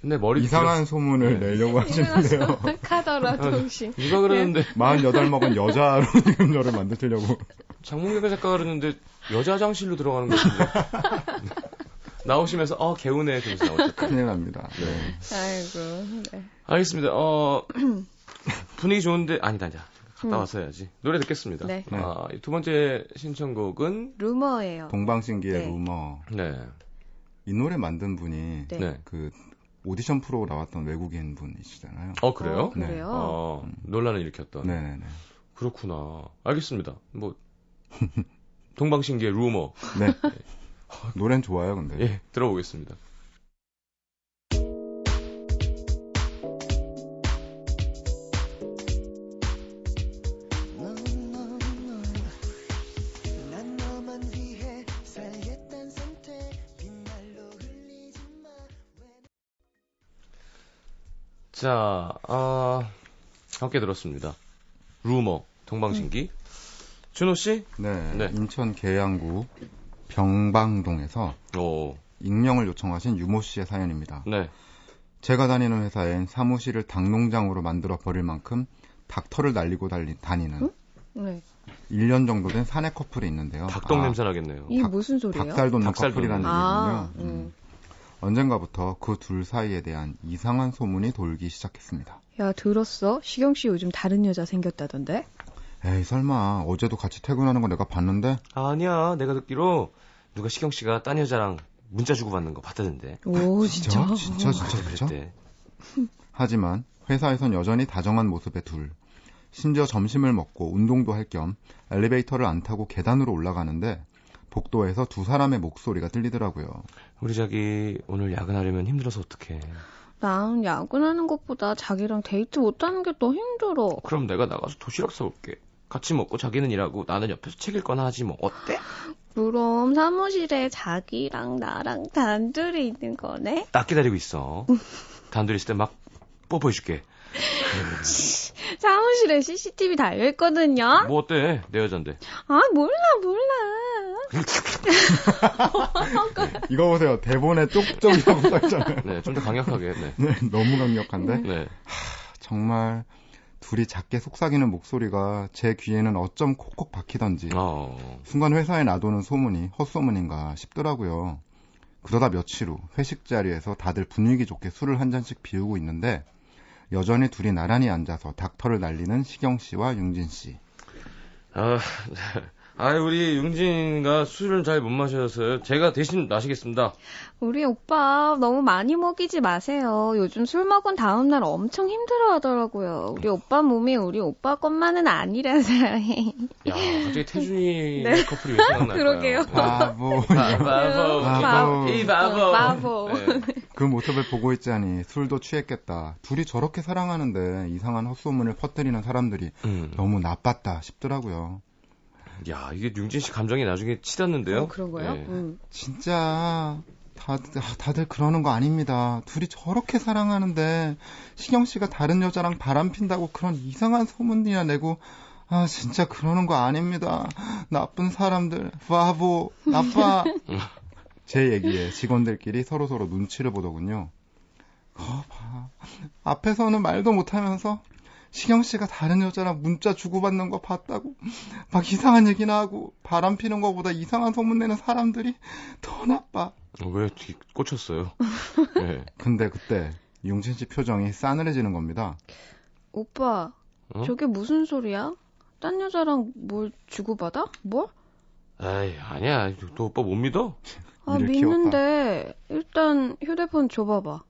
근데 머리
이상한 소문을
네.
내려고 하시는데요.
일어나서 카더라도 혹시.
길어- 누가 그러는데
48 먹은 여자로 지금 저를 만드시려고.
장문경 작가가 그러는데 여자 화장실로 들어가는 거 같은데. 나오시면서 어 개운해 그래서 나오셨다.
큰일 납니다. 네.
아이고. 네.
알겠습니다. 어 분위기 좋은데 아니다 아니다. 갔다 와서 해야지. 노래 듣겠습니다.
음. 네.
네.
아, 이두 번째 신청곡은
루머예요.
동방신기의
네.
루머.
네.
이 노래 만든 분이
네.
네.
그 오디션 프로 나왔던 외국인 분이시잖아요.
어 그래요?
어, 그래요?
어, 논란을 일으켰던.
네네네.
그렇구나. 알겠습니다. 뭐 동방신기의 루머.
네. 노래는 좋아요, 근데.
예, 들어보겠습니다.
난 너만 위해 살겠단 선택 빈말로 흘리지 마
자, 아, 함께 들었습니다. 루머, 동방신기. 준호 씨?
네.
네.
인천 계양구 병방동에서
오,
익명을 요청하신 유모 씨의 사연입니다.
네.
제가 다니는 회사엔 사무실을 닭농장으로 만들어 버릴 만큼 닭털을 날리고 달리, 다니는
네.
1년 정도 된 사내 커플이 있는데요.
닭똥
아,
냄새 나겠네요.
이게
닭-
무슨 소리예요?
닭살 돋는
닭살
커플이라는
돋는.
아,
얘기군요.
음.
언젠가부터 그 둘 사이에 대한 이상한 소문이 돌기 시작했습니다.
야, 들었어? 시경 씨 요즘 다른 여자 생겼다던데?
에이 설마 어제도 같이 퇴근하는 거 내가 봤는데
아니야, 내가 듣기로 누가 시경 씨가 딴 여자랑 문자 주고 받는 거 봤다던데.
오, 진짜?
진짜 아, 진짜 진짜 진짜
그랬대.
하지만 회사에선 여전히 다정한 모습의 둘 심지어 점심을 먹고 운동도 할 겸 엘리베이터를 안 타고 계단으로 올라가는데 복도에서 두 사람의 목소리가 들리더라고요.
우리 자기 오늘 야근하려면 힘들어서 어떡해.
난 야근하는 것보다 자기랑 데이트 못하는 게 더 힘들어.
그럼 내가 나가서 도시락 싸올게. 같이 먹고 자기는 일하고 나는 옆에서 책 읽거나 하지 뭐. 어때?
그럼 사무실에 자기랑 나랑 단둘이 있는 거네?
딱 기다리고 있어. 단둘이 있을 때 막 뽀뽀해줄게.
사무실에 CCTV 달려있거든요?
뭐 어때? 내 여잔데.
아, 몰라, 몰라.
이거 보세요 대본에 쪽쪽이라고 써있잖아요.
네, 좀 더 강력하게. 네.
네, 너무 강력한데
네.
정말 둘이 작게 속삭이는 목소리가 제 귀에는 어쩜 콕콕 박히던지
어.
순간 회사에 놔두는 소문이 헛소문인가 싶더라고요. 그러다 며칠 후 회식 자리에서 다들 분위기 좋게 술을 한 잔씩 비우고 있는데 여전히 둘이 나란히 앉아서 닥터를 날리는 시경 씨와 융진 씨.
아, 아 우리 융진이가 술을 잘 못 마셔서 제가 대신 마시겠습니다.
우리 오빠 너무 많이 먹이지 마세요. 요즘 술 먹은 다음날 엄청 힘들어 하더라고요. 우리 오빠 몸이 우리 오빠 것만은 아니라서.
야, 갑자기 태준이
네.
커플이 왜 생각날까요? 아,
그러게요.
바보.
바보.
바보.
이 바보.
어, 바보.
네.
그 모습을 보고 있지 하니 술도 취했겠다. 둘이 저렇게 사랑하는데 이상한 헛소문을 퍼뜨리는 사람들이
음.
너무 나빴다 싶더라고요.
야, 이게 융진 씨 감정이 나중에 치닫는데요?
어, 그런 거요?
네.
음.
진짜 다들, 아, 다들 그러는 거 아닙니다. 둘이 저렇게 사랑하는데 시경 씨가 다른 여자랑 바람 핀다고 그런 이상한 소문이나 내고 아 진짜 그러는 거 아닙니다. 나쁜 사람들 바보 나빠. 제 얘기에 직원들끼리 서로서로 눈치를 보더군요. 거 어, 봐. 앞에서는 말도 못하면서 시경 씨가 다른 여자랑 문자 주고받는 거 봤다고 막 이상한 얘기나 하고 바람 피는 거보다 이상한 소문 내는 사람들이 더 나빠.
어, 왜 이렇게 꽂혔어요? 예.
근데 그때 용진 씨 표정이 싸늘해지는 겁니다.
오빠,
어?
저게 무슨 소리야? 딴 여자랑 뭘 주고받아? 뭐? 뭘?
에이, 아니야. 너 오빠 못 믿어?
아,
이를 키웠다.
믿는데 일단 휴대폰 줘봐봐.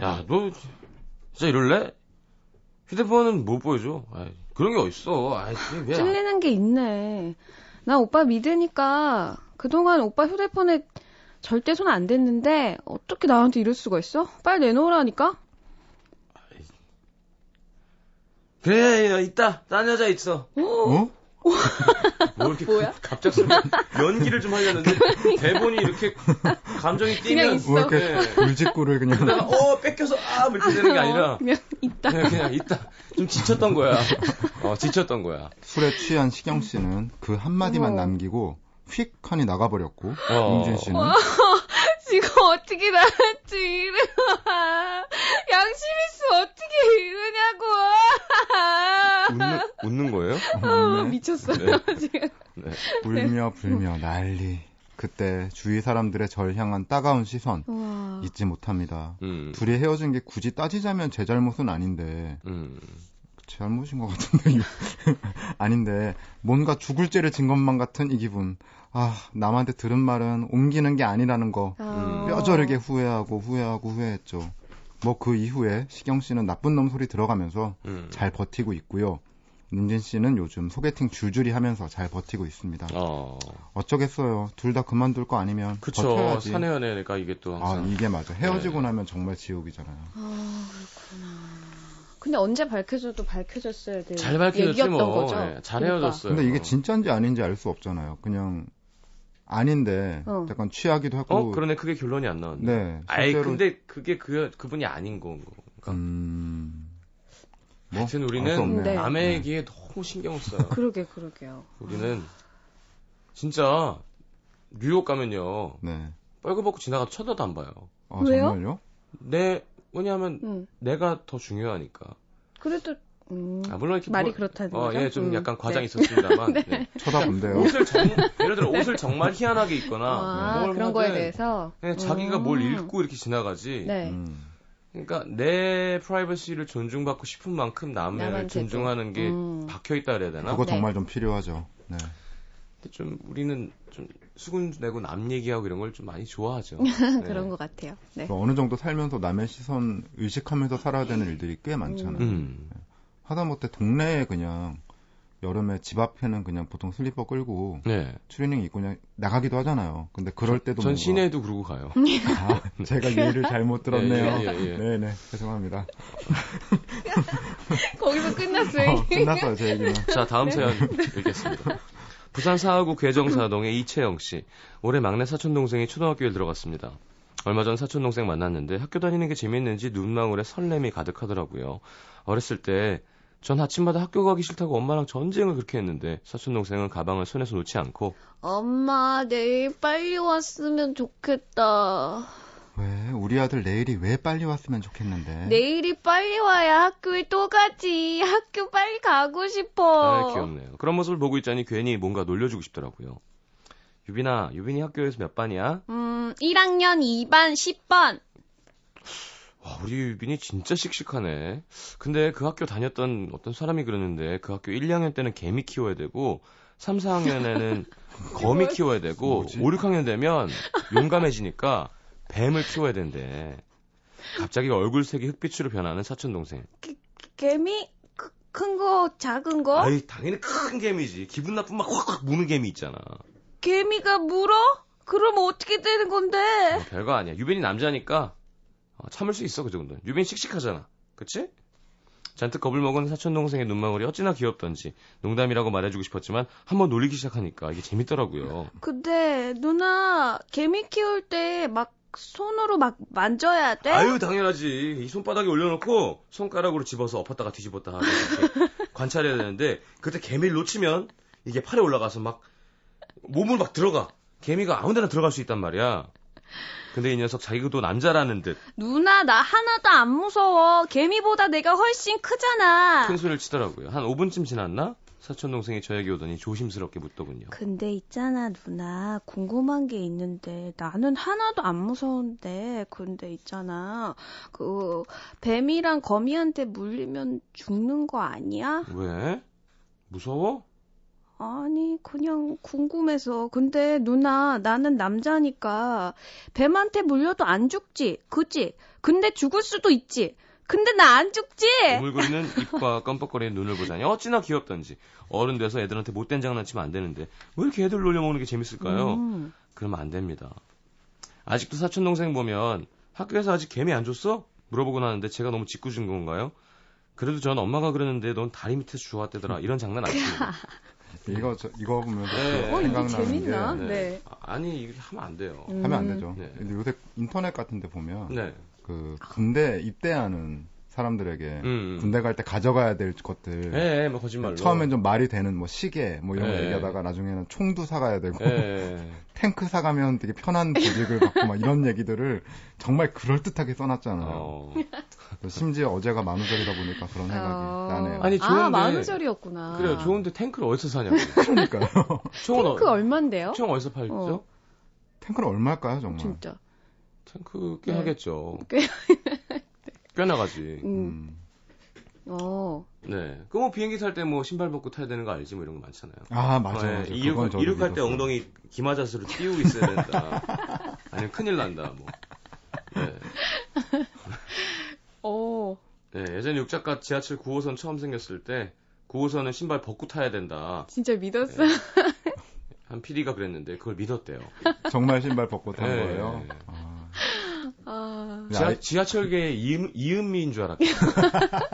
야, 너 진짜 이럴래? 휴대폰은 못 보여줘. 아이, 그런 게 어딨어. 아이, 그게 왜. 안-
찔리는 게 있네. 나 오빠 믿으니까 그동안 오빠 휴대폰에 절대 손 안 댔는데 어떻게 나한테 이럴 수가 있어? 빨리 내놓으라니까?
그래, 야, 있다. 딴 여자 있어.
어?
뭐 이렇게
뭐야? 그러니까.
그- 갑작스럽게 연기를 좀 하려는데 대본이 이렇게 감정이
그냥
뛰면
있어.
왜 이렇게
예.
울직구를
그러다가
그냥
어 뺏겨서 아 이렇게 되는 게 아니라 어.
그냥 있다.
그냥, 그냥 있다. 좀 지쳤던 거야. 어, 지쳤던 거야.
술에 취한 시경 씨는 그 한마디만
어머.
남기고 휙하니 나가버렸고
어.
용진 씨는
지금 어떻게 나한테 이래? 양심 있으면 어떻게 이러냐고.
웃는, 웃는 거예요?
아,
음,
미쳤어요 지금.
네.
울며 불며 난리. 그때 주위 사람들의 절 향한 따가운 시선
와.
잊지 못합니다.
음.
둘이 헤어진 게 굳이 따지자면 제 잘못은 아닌데
음.
잘못인 것 같은데 아닌데 뭔가 죽을 죄를 진 것만 같은 이 기분 아 남한테 들은 말은 옮기는 게 아니라는 거
아.
음.
뼈저리게 후회하고 후회하고 후회했죠 뭐 그 이후에 시경 씨는 나쁜 놈 소리 들어가면서
음.
잘 버티고 있고요 윤진 씨는 요즘 소개팅 줄줄이 하면서 잘 버티고 있습니다
어.
어쩌겠어요 둘 다 그만둘 거 아니면
그쵸.
버텨야지
사내연애가 이게 또
아
항상.
이게 맞아 헤어지고
네.
나면 정말 지옥이잖아요
아, 그렇구나. 근데 언제 밝혀져도 밝혀졌어야 될
잘 밝혀졌지
얘기였던
뭐.
거죠.
예, 잘 헤어졌어요.
근데 이게 진짜인지 아닌지 알 수 없잖아요. 그냥 아닌데
어.
약간 취하기도 하고
어? 그러네. 그게 결론이 안 나왔네.
네.
아이,
실제로-
근데 그게 그, 그분이 아닌 건 거. 그러니까
음. 뭐?
하여튼
알수
우리는
없네.
네.
남의
네.
얘기에 너무 신경을 써요.
그러니까. 그러게 그러게요.
우리는 진짜 뉴욕 가면요.
네.
뻘거벗고 지나가 쳐다도 안 봐요.
아,
왜요?
정말요?
내, 왜냐하면
음.
내가 더 중요하니까.
그래도 음.
아, 물론 이렇게.
말이
뭐-
그렇다는
어,
거죠.
예, 좀
음.
약간 과장이
네.
있었습니다만. 네.
쳐다본대요.
옷을 정, 예를 들어 옷을 정말 희한하게 입거나
아,
뭘
그런
하든
거에 대해서
그냥 자기가 뭘
음.
읽고 이렇게 지나가지.
네.
음.
그러니까 내 프라이버시를 존중받고 싶은 만큼 남을
남한테도.
존중하는 게
음.
박혀 있다 그래야 되나?
그거
네.
정말 좀 필요하죠. 네.
근데 좀 우리는 좀 수군 내고 남 얘기하고 이런 걸 좀 많이 좋아하죠.
그런 것 같아요. 네.
그래서 어느 정도 살면서 남의 시선 의식하면서 살아야 되는
네.
일들이 꽤 많잖아요.
음.
하다못해 동네에 그냥 여름에 집 앞에는 그냥 보통 슬리퍼 끌고
네.
추리닝 입고 그냥 나가기도 하잖아요. 근데 그럴 때도
전
뭔가-
시내에도 그러고 가요.
아, 제가 예를 잘못 들었네요.
예, 예, 예, 예.
네네 죄송합니다.
거기서 끝났어요.
어, 끝났어요 제 얘기는.
자, 다음 사연 읽겠습니다. 부산 사하구 괴정사동의 이채영 씨. 올해 막내 사촌 동생이 초등학교에 들어갔습니다. 얼마 전 사촌 동생 만났는데 학교 다니는 게 재밌는지 눈망울에 설렘이 가득하더라고요. 어렸을 때 전 아침마다 학교 가기 싫다고 엄마랑 전쟁을 그렇게 했는데 사촌 동생은 가방을 손에서 놓지 않고
엄마 내일 빨리 왔으면 좋겠다.
왜 우리 아들 내일이 왜 빨리 왔으면 좋겠는데.
네.
내일이 빨리 와야 학교에 또 가지. 학교 빨리 가고 싶어.
아, 귀엽네요. 그런 모습을 보고 있자니 괜히 뭔가 놀려주고 싶더라고요. 유빈아, 유빈이 학교에서 몇 반이야?
음, 1학년 2반 10번.
와, 우리 유빈이 진짜 씩씩하네. 근데 그 학교 다녔던 어떤 사람이 그러는데 그 학교 1, 2학년 때는 개미 키워야 되고 3, 4학년에는 거미 키워야 되고
뭐지?
5, 6학년 되면 용감해지니까 뱀을 키워야 된대. 갑자기 얼굴색이 흑빛으로 변하는 사촌 동생.
개미? 크- 큰 거, 작은 거?
아이 당연히 큰 개미지. 기분 나쁜 막 확확 무는 개미 있잖아.
개미가 물어? 그럼 어떻게 되는 건데?
뭐 별거 아니야. 유빈이 남자니까 어, 참을 수 있어 그 정도. 는 유빈 씩씩하잖아. 그치? 잔뜩 겁을 먹은 사촌 동생의 눈망울이 어찌나 귀엽던지 농담이라고 말해주고 싶었지만 한번 놀리기 시작하니까 이게 재밌더라고요.
근데 누나 개미 키울 때 막 손으로 막 만져야 돼?
아유 당연하지. 이 손바닥에 올려놓고 손가락으로 집어서 엎었다가 뒤집었다 하고 이렇게 관찰해야 되는데 그때 개미를 놓치면 이게 팔에 올라가서 막 몸으로 막 들어가. 개미가 아무데나 들어갈 수 있단 말이야. 근데 이 녀석 자기도 남자라는 듯 큰
누나 나 하나도 안 무서워. 개미보다 내가 훨씬 크잖아.
소리를 치더라고요. 한 5분쯤 지났나? 사촌 동생이 저에게 오더니 조심스럽게 묻더군요.
근데 있잖아 누나 궁금한 게 있는데 나는 하나도 안 무서운데 근데 있잖아 그 뱀이랑 거미한테 물리면 죽는 거 아니야?
왜? 무서워?
아니 그냥 궁금해서 근데 누나 나는 남자니까 뱀한테 물려도 안 죽지 그지? 근데 죽을 수도 있지 근데 나 안 죽지?
네. 우물거리는 입과 껌뻑거리는 눈을 보자니 어찌나 귀엽던지 어른 돼서 애들한테 못된 장난치면 안 되는데 왜 이렇게 애들 놀려먹는 게 재밌을까요?
음.
그러면 안 됩니다. 아직도 사촌 동생 보면 학교에서 아직 개미 안 줬어? 물어보곤 하는데 제가 너무 짓궂은 건가요? 그래도 전 엄마가 그러는데 넌 다리 밑에서 주워왔대더라 이런 장난 아닙니다.
이거 저, 이거 보면서
네.
어, 이게
생각나는
재밌나?
게
네.
네.
아, 아니 이거 하면 안 돼요.
음.
하면 안 되죠.
네.
근데 요새 인터넷 같은 데 보면
네.
그 군대 입대하는 사람들에게
음.
군대 갈 때 가져가야 될 것들
예, 예, 뭐 거짓말로.
처음엔 좀 말이 되는 뭐 시계 뭐 이런 거
예.
얘기하다가 나중에는 총도 사가야 되고
예, 예.
탱크 사가면 되게 편한 보직을 받고 막 이런 얘기들을 정말 그럴듯하게 써놨잖아요.
어.
심지어 어제가 만우절이다 보니까 그런 생각이
어.
나네요.
아니 좋은데.
아, 만우절이었구나.
그래요. 좋은데 탱크를 어디서 사냐고.
그러니까요.
총은
탱크
어,
얼만데요?
총 어디서 팔죠?
어.
탱크는 얼마일까요, 정말?
진짜.
탱크 꽤
네.
하겠죠.
꽤
꽤 나가지.
음.
음.
어.
네. 그 뭐 비행기 탈 때 뭐 신발 벗고 타야 되는 거 알지 뭐 이런 거 많잖아요.
아, 맞아요.
네,
맞아요. 그건
이륙,
저도
이륙할 때
믿었어요.
엉덩이 기마자수로 띄우고 있어야 된다. 아니면 큰일 난다. 뭐. 네.
어.
네, 예전에 육작가 지하철 9호선 처음 생겼을 때 9호선은 신발 벗고 타야 된다.
진짜 믿었어.
네.
요
한 PD가 그랬는데 그걸 믿었대요.
정말 신발 벗고 탄
네.
거예요. 아.
아.
근데 아이-
지하, 철계의 이음, 이음미인 줄 알았고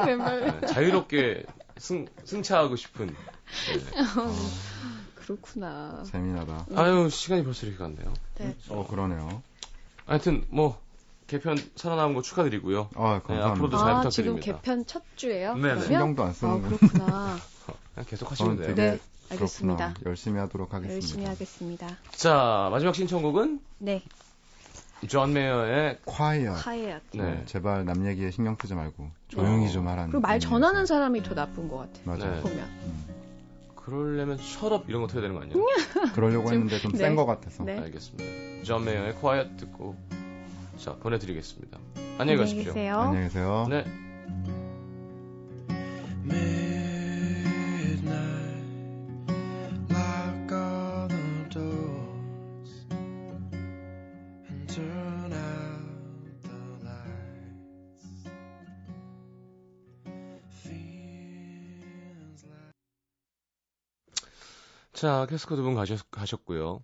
웬말
자유롭게 승, 승차하고 싶은. 네.
그렇구나.
어, 재미나다.
아유 시간이 벌써 이렇게 갔네요.
네.
어 그러네요.
하여튼 뭐 개편 살아남은 거 축하드리고요.
아
네,
감사합니다.
앞으로도 잘
아,
부탁드립니다.
지금 개편 첫 주예요?
네네.
그러면?
신경도 안
아,
쓰는 군
그렇구나.
그냥 계속 하시면 돼요.
되게
네,
그렇구나.
알겠습니다.
열심히 하도록 하겠습니다.
열심히 하겠습니다.
자 마지막 신청곡은
네,
존 메이어의
콰이어.
하이앗.
네.
네, 제발 남 얘기에 신경 쓰지 말고 조용히
어.
좀 하라는.
네. 그리고 말
의미에서.
전하는 사람이 더 나쁜 것 같아.
네.
맞아요.
보면.
음,
그러려면 셔럽 이런 거 터야 되는 거 아니에요?
그러려고 했는데 좀
네.
센 것 같아서.
네.
알겠습니다. 존 메이어의 quiet 듣고 자 보내드리겠습니다. 안녕히 가십시오.
계세요.
안녕히 계세요.
네.
Midnight, lock all the doors and turn out the lights. Feels like
자, 캐스커 두 분 가셨, 고요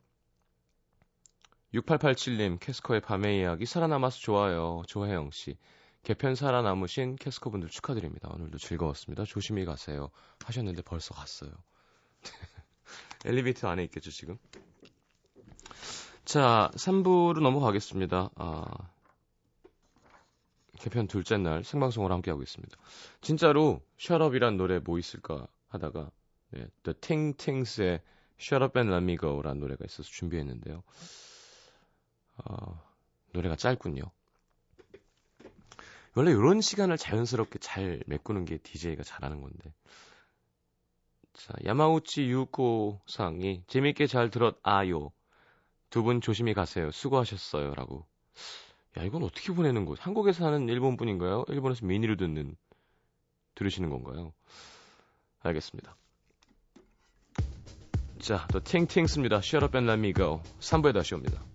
6887님, 캐스커의 밤의 이야기 살아남아서 좋아요. 조혜영 씨. 개편 살아남으신 캐스커 분들 축하드립니다. 오늘도 즐거웠습니다. 조심히 가세요. 하셨는데 벌써 갔어요. 엘리베이터 안에 있겠죠, 지금? 자, 3부로 넘어가겠습니다. 아, 개편 둘째 날 생방송으로 함께하고 있습니다. 진짜로 셔럽이란 노래 뭐 있을까 하다가 네, The Ting Tings의 Shut Up and Let Me Go라는 노래가 있어서 준비했는데요. 아, 노래가 짧군요. 원래 이런 시간을 자연스럽게 잘 메꾸는 게 DJ가 잘하는 건데. 자, 야마우치 유코상이 재밌게 잘 들었아요. 두 분 조심히 가세요. 수고하셨어요. 라고. 야, 이건 어떻게 보내는 거? 한국에 사는 일본 분인가요? 일본에서 미니로 듣는, 들으시는 건가요? 알겠습니다. 자, 더 팅팅스입니다. Shut up and let me go. 3부에 다시 옵니다.